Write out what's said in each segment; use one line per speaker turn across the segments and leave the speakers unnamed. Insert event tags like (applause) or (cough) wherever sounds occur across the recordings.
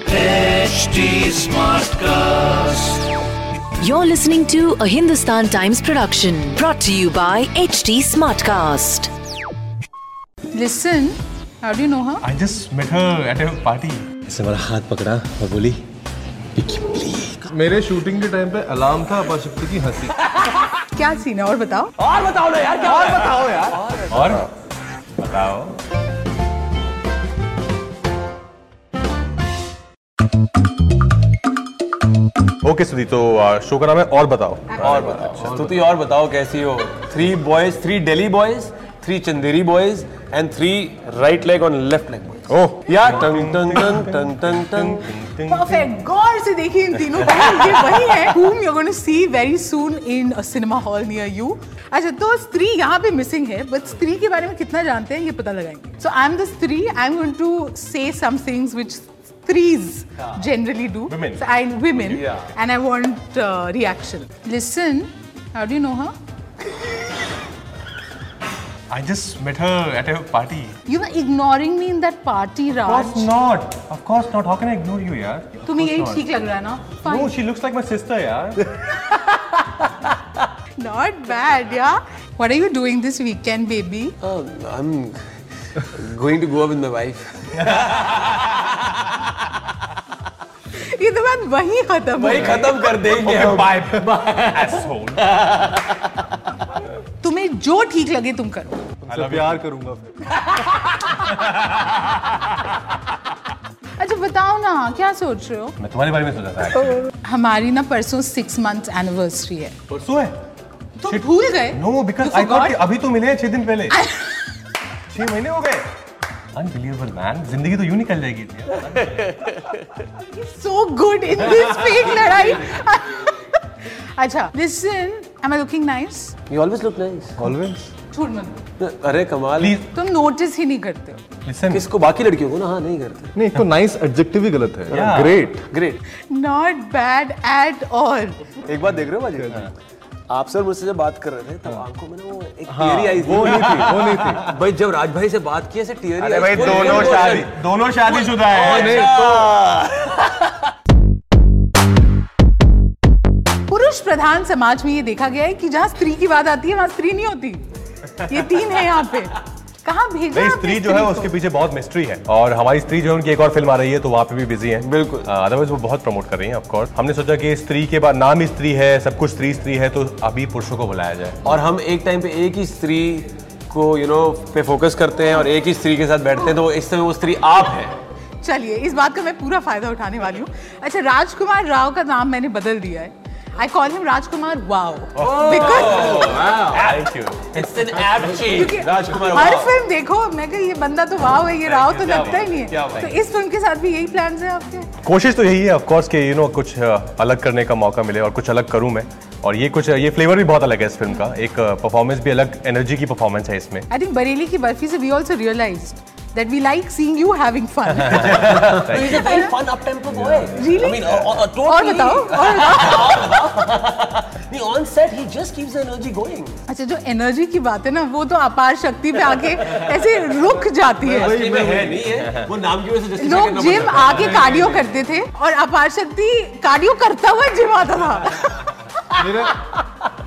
HD Smartcast.
You're listening to a Hindustan Times production brought to you by HT Smartcast.
Listen, how do you know her?
I just met her at a party.
इसने मेरा हाथ पकड़ा और बोली
मेरे shooting के time पे alarm था अपाशक्ति की हंसी
क्या सीन है और बताओ
और बताओ ओके सुधी तो शो का नाम है और बताओ
और बताओ स्तुति और बताओ कैसी हो three boys three Delhi boys three Chanderi boys and three right leg on left leg boys
oh
yeah टंग टंग टंग टंग टंग टंग
परफेक्ट गौर से देखिए इन तीनों को हाँ, ये वही है whom you're going to see very soon in a cinema hall near you अच्छा तो स्त्री यहाँ पे मिसिंग है बट स्त्री के बारे में कितना जानते हैं ये पता लगाएंगे so I am the Stree I am going to say some things which स्त्रीज generally do
Women.
I women and i want uh, reaction listen how do you know her
I just met her at a party
you were ignoring me in that party raj
not of course not how can I ignore you यार
तुम्हें यही ठीक लग रहा है ना
no
Fine.
She looks like my
(laughs)
sister यार
Not bad, yeah. What are you doing this weekend, baby?
I am going to go with my wife
ये तो बात वहीं खत्म
भाई
हो गई।
खत्म कर देंगे हम।
बाय (laughs) एसोल
तुम्हें जो ठीक लगे तुम करो
आई लव प्यार करूंगा फिर
अच्छा बताओ ना क्या सोच रहे हो
मैं तुम्हारे बारे में सोचा था
हमारी ना परसों सिक्स मंथ एनिवर्सरी है
परसों है
तुम Oh. तो भूल गए
no because
You
I thought
forgot?
अभी तो मिले हैं छह दिन
(laughs)
पहले छह महीने हो गए अनबिलीवेबल मैन जिंदगी तो यूं निकल जाएगी यार।
So good in this fake लड़ाई अच्छा listen am I looking nice
You always look nice.
छोड़ मत
अरे कमाल
Please.
तुम नोटिस ही नहीं करते हो
Listen,
किसको बाकी लड़कियों को ना हाँ नहीं करते
नहीं तो नाइस एडजेक्टिव ही गलत है
Yeah.
Great
great
Not bad at all
एक बात देख रहे हो भाजी आप सर मुझसे जब बात कर रहे थे तब आंखों में ना वो एक टीयरी आईज वो नहीं थी वो नहीं थी (laughs) भाई जब राज भाई से बात की ऐसे टीयरी
अरे भाई दोनों शादी दोनों शादीशुदा है नहीं
पुरुष प्रधान समाज में ये देखा गया है कि जहाँ स्त्री की बात आती है वहाँ स्त्री नहीं होती ये तीन है यहाँ पे कहाँ भेजा
नहीं
आपने
स्त्री जो है
हाँ, को?
उसके पीछे बहुत मिस्ट्री है और हमारी स्त्री जो है उनकी एक और फिल्म आ रही है तो वहाँ पे भी बिजी है
बिल्कुल।
अदरवाइज वो बहुत प्रमोट कर रही है ऑफकोर्स हमने सोचा कि स्त्री के बाद नाम ही स्त्री है सब कुछ स्त्री स्त्री है तो अभी पुरुषों को बुलाया जाए
और हम एक टाइम पे एक ही स्त्री को यू नो पे फोकस करते हैं और एक ही स्त्री के साथ बैठते हैं तो इस समय वो स्त्री आप है
चलिए इस बात का मैं पूरा फायदा उठाने वाली हूँ अच्छा राजकुमार राव का नाम मैंने बदल दिया है I call him Rajkumar wow because
thank you
it's an app change Rajkumar
हर
वाह।
फिल्म देखो मैं कह ये बंदा तो वाव है ये राव तो
क्या
लगता ही
बात,
नहीं
क्या
है
बात।
तो इस फिल्म के साथ भी यही प्लान है आपके
कोशिश तो यही है ऑफकोर्स कि यू नो कुछ अ, अलग करने का मौका मिले और कुछ अलग करूं मैं और ये कुछ ये फ्लेवर भी बहुत अलग है इस फिल्म का एक परफॉर्मेंस भी अलग एनर्जी की परफॉर्मेंस है इसमें
आई थिंक बरेली की बर्फी से we also realise that we like seeing you having fun
(laughs)
He's a very fun up tempo boy.
Really?
I mean, uh, uh, totally.
और बताओ और बताओ
The on set, he just keeps the energy going.
अच्छा जो energy की बात है ना वो तो अपार शक्ति पे आके ऐसे रुक जाती है
असली में है नहीं है वो नाम की वजह से justify
लोग
करना
जिम
पड़ता है।
आके कार्डियो करते थे और अपार शक्ति कार्डियो करता हुआ जिम आता था
मेरे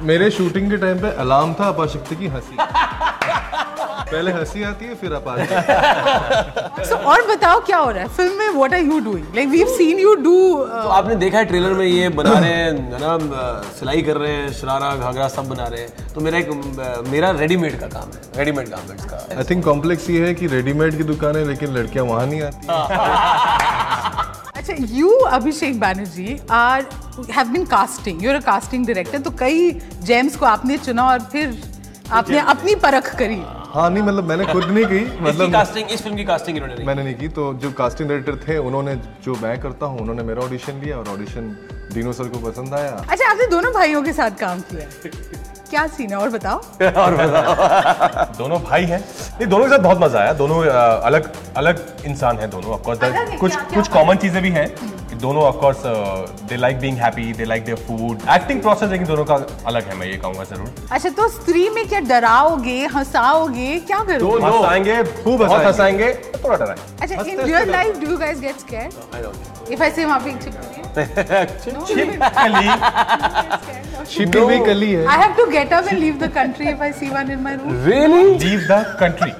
मेरे शूटिंग के टाइम पे अलार्म था अपाशक्ति की हंसी पहले हंसी आती है फिर अपाशक्ति
सो और बताओ क्या हो रहा है फिल्म में what are you doing like we have seen you do
तो आपने देखा है ट्रेलर में ये बना रहे हैं है ना अ, सिलाई कर रहे हैं शरारा घाघरा सब बना रहे हैं तो मेरा एक अ, मेरा रेडीमेड का काम है रेडीमेड गारमेंट्स का
आई थिंक कॉम्प्लेक्स ये है कि रेडीमेड की दुकान है लेकिन लड़कियां वहां नहीं आती
अच्छा you Abhishek Banerjee are have been casting you are casting director तो कई जेम्स को आपने चुना और फिर आपने अपनी परख करी
हाँ नहीं मतलब मैंने खुद नहीं की
इसकी
मतलब
कास्टिंग इस फिल्म की कास्टिंग इन्होंने नहीं
मैंने नहीं की तो जो कास्टिंग डायरेक्टर थे उन्होंने जो मैं करता हूँ उन्होंने मेरा ऑडिशन लिया और ऑडिशन दिनो सर को पसंद आया
अच्छा आपने दोनों भाइयों के साथ काम किया है। क्या सीन है और बताओ
और बताओ। दोनों भाई हैं नहीं दोनों के साथ बहुत मजा आया दोनों अ, अलग अलग इंसान हैं दोनों ऑफकोर्स
अलग है,
कुछ
क्या- क्या
कुछ कॉमन चीजें भी हैं कि दोनों of course they like being happy they like their food acting process लेकिन दोनों का अलग है मैं ये कहूंगा जरूर
अच्छा तो स्त्री में क्या डराओगे हंसाओगे क्या करोगे
हंसाएंगे खूब
हंसाएंगे।
तो हंसाएंगे तो थोड़ा डराएंगे
अच्छा इन
हंसते-
real life do you guys get scared if I say वहां पे छिप
छिपी हुई कली है
I have to get up and leave the country if I see one in my
(laughs)
room
really
leave the country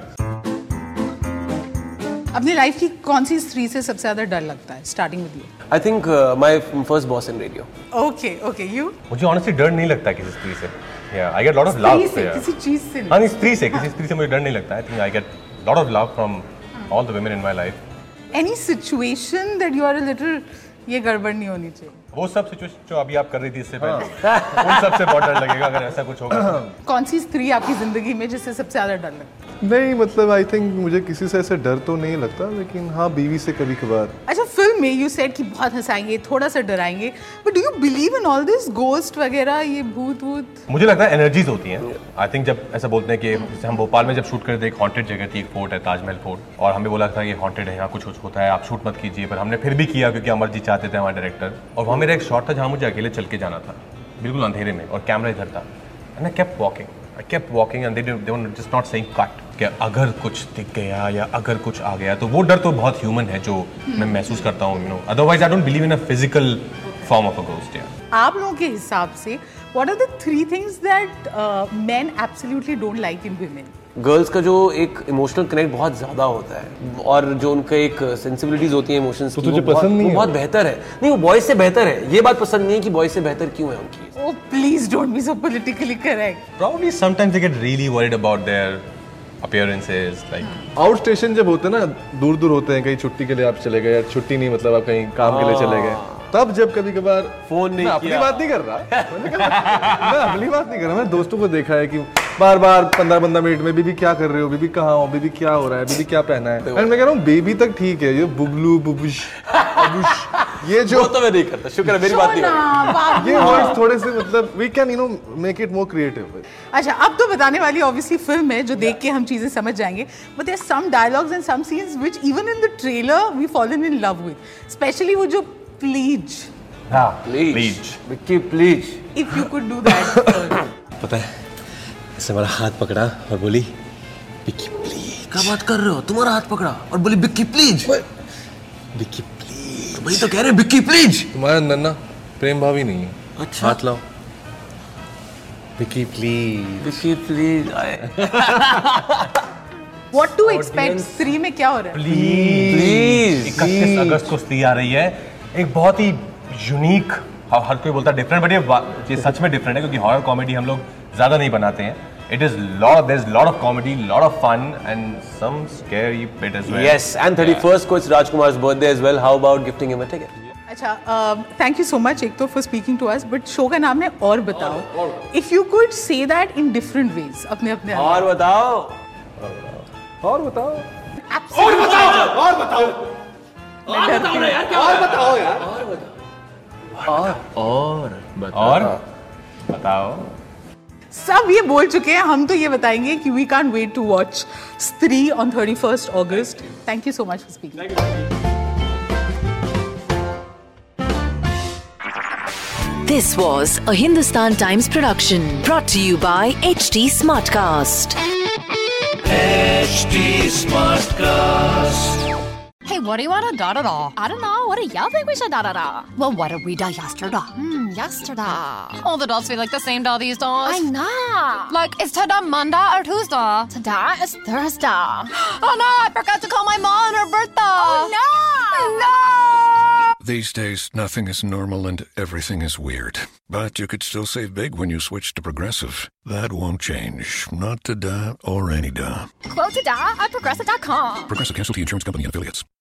अपनी लाइफ की कौन सी स्त्री से सबसे ज्यादा डर लगता है starting with you
I think my first boss in radio
okay okay you
मुझे ऑनेस्टली डर नहीं लगता किसी स्त्री से I get lot of
Stree से
लव
किसी चीज से
हाँ
नहीं
नहीं स्त्री से किसी स्त्री से मुझे डर नहीं लगता I think I get lot of love from
हाँ।
All the women in my life
any situation that you are a little ये गड़बड़ नहीं होनी चाहिए
वो सब सिचुएशन जो अभी आप कर रही थी इससे पहले उन सबसे बहुत डर लगेगा अगर ऐसा कुछ होगा तो।
कौन सी स्त्री आपकी जिंदगी में जिससे सबसे ज्यादा डर लगता है
नहीं मतलब आई थिंक मुझे किसी से ऐसे डर तो नहीं लगता लेकिन हाँ बीवी से कभी कभार
अच्छा फिल्म में यू सेड कि बहुत हंसाएंगे थोड़ा सा डराएंगे but do you believe in all this ghost वगैरह ये भूत वूत
मुझे लगता है एनर्जीज होती हैं आई थिंक जब ऐसा बोलते हैं कि जैसे हम भोपाल में जब शूट करे थे एक हॉन्टेड जगह थी एक फोर्ट है ताजमहल फोर्ट और हमें बोला था ये हॉन्टेड है यहाँ कुछ कुछ होता है आप शूट मत कीजिए पर हमने फिर भी किया क्योंकि अमर जी चाहते थे हमारे डायरेक्टर और वहाँ मेरा एक शॉट था जहाँ मुझे अकेले चल के जाना था बिल्कुल अंधेरे में और कैमरा इधर था and I kept walking I kept walking and they were just not saying cut कि अगर कुछ दिख गया या अगर कुछ आ गया तो वो डर तो बहुत ह्यूमन है जो मैं महसूस करता हूँ you know otherwise I don't believe in a physical form of a ghost या
आप लोगों के हिसाब से what are the three things that man absolutely don't like in women
girls का जो एक इमोशनल कनेक्ट बहुत ज्यादा होता है और जो उनके एक सेंसिबिलिटीज होती है इमोशंस
तो तुझे पसंद नहीं है?
बहुत बेहतर है नहीं वो बॉयज से बेहतर है ये बात पसंद नहीं है कि बॉयज से बेहतर क्यों है उनकी
oh please don't be so politically correct
Probably sometimes they get really worried about their appearances. Like,
out station जब होते हैं ना दूर दूर होते हैं कहीं छुट्टी के लिए आप चले गए या छुट्टी नहीं मतलब आप कहीं काम के लिए चले गए तब जब कभी कभार
हाँ। फोन नहीं
मैं अपनी
किया।
बात नहीं कर रहा मैंने कहा, मैं अपनी बात नहीं कर रहा मैं दोस्तों को देखा है कि बार बार पंद्रह पंद्रह मिनट में बीबी क्या कर रहे हो बीबी कहाँ हो बीबी क्या हो रहा है बीबी क्या पहना है
तो
एंड मैं कह रहा हूँ बेबी तक ठीक है ये बुबलू बुबुश अबुश ये जो
(laughs) वो तो मैं नहीं करता शुक्र है मेरी बात नहीं हो
ये वर्ड्स थोड़े से मतलब we can you know make it more creative
अच्छा अब तो बताने वाली ऑब्वियसली फिल्म है जो देख के हम चीजें समझ जाएंगे but there some dialogues and some scenes which even in the trailer we fallen in love with specially वो जो प्लीज
हाँ।
रही
Please.
Vicky please
if you could do that
पता है ऐसे मेरा हाथ पकड़ा और बोली विक्की प्लीज
क्या बात कर रहे हो तुम्हारा हाथ पकड़ा और बोली विक्की प्लीज
विक्की प्लीज
वही तो कह रहे विक्की प्लीज
तुम्हारा नन्ना प्रेम भावी नहीं है
अच्छा
हाथ लाओ Vicky please
Vicky please
what to expect Stree में क्या हो रहा है
प्लीज
इकतीस अगस्त को स्त्री आ रही है एक बहुत ही यूनिक हर कोई बोलता है डिफरेंट बट ये वा- ये सच में डिफरेंट है क्योंकि हॉरर कॉमेडी हम लोग ज़्यादा नहीं बनाते हैं it is lot there is lot of comedy lot of fun and some scary bit as well
Yes, and 31st को it's Rajkumar's birthday as well how about gifting him a ticket
अच्छा thank you so much एक तो for speaking to us but show का नाम है और बताओ if you could say that in different ways अपने अपने
और बताओ
और बताओ
और बताओ और बताओ
और
हाँ।
बताओ
सब ये बोल चुके हैं हम तो ये बताएंगे कि we can't wait to watch Stree on thirty first August thank you so much for speaking
This was a Hindustan Times production brought to you by HT Smartcast.
HD Smartcast.
Hey, what do you want to da da da? I don't know. What do y'all think we should da da da? Well, what did we da yesterday? Hmm, yesterday. All the dolls feel like the same doll these dolls. I know. Like, is today Monday or Tuesday? Today is Thursday. oh no, I forgot to call my mom on her birthday. Oh no! No!
These days, nothing is normal and everything is weird. But you could still save big when you switch to Progressive. That won't change. Not to da or any da.
Quote today at progressive.com.
Progressive Casualty Insurance Company and Affiliates.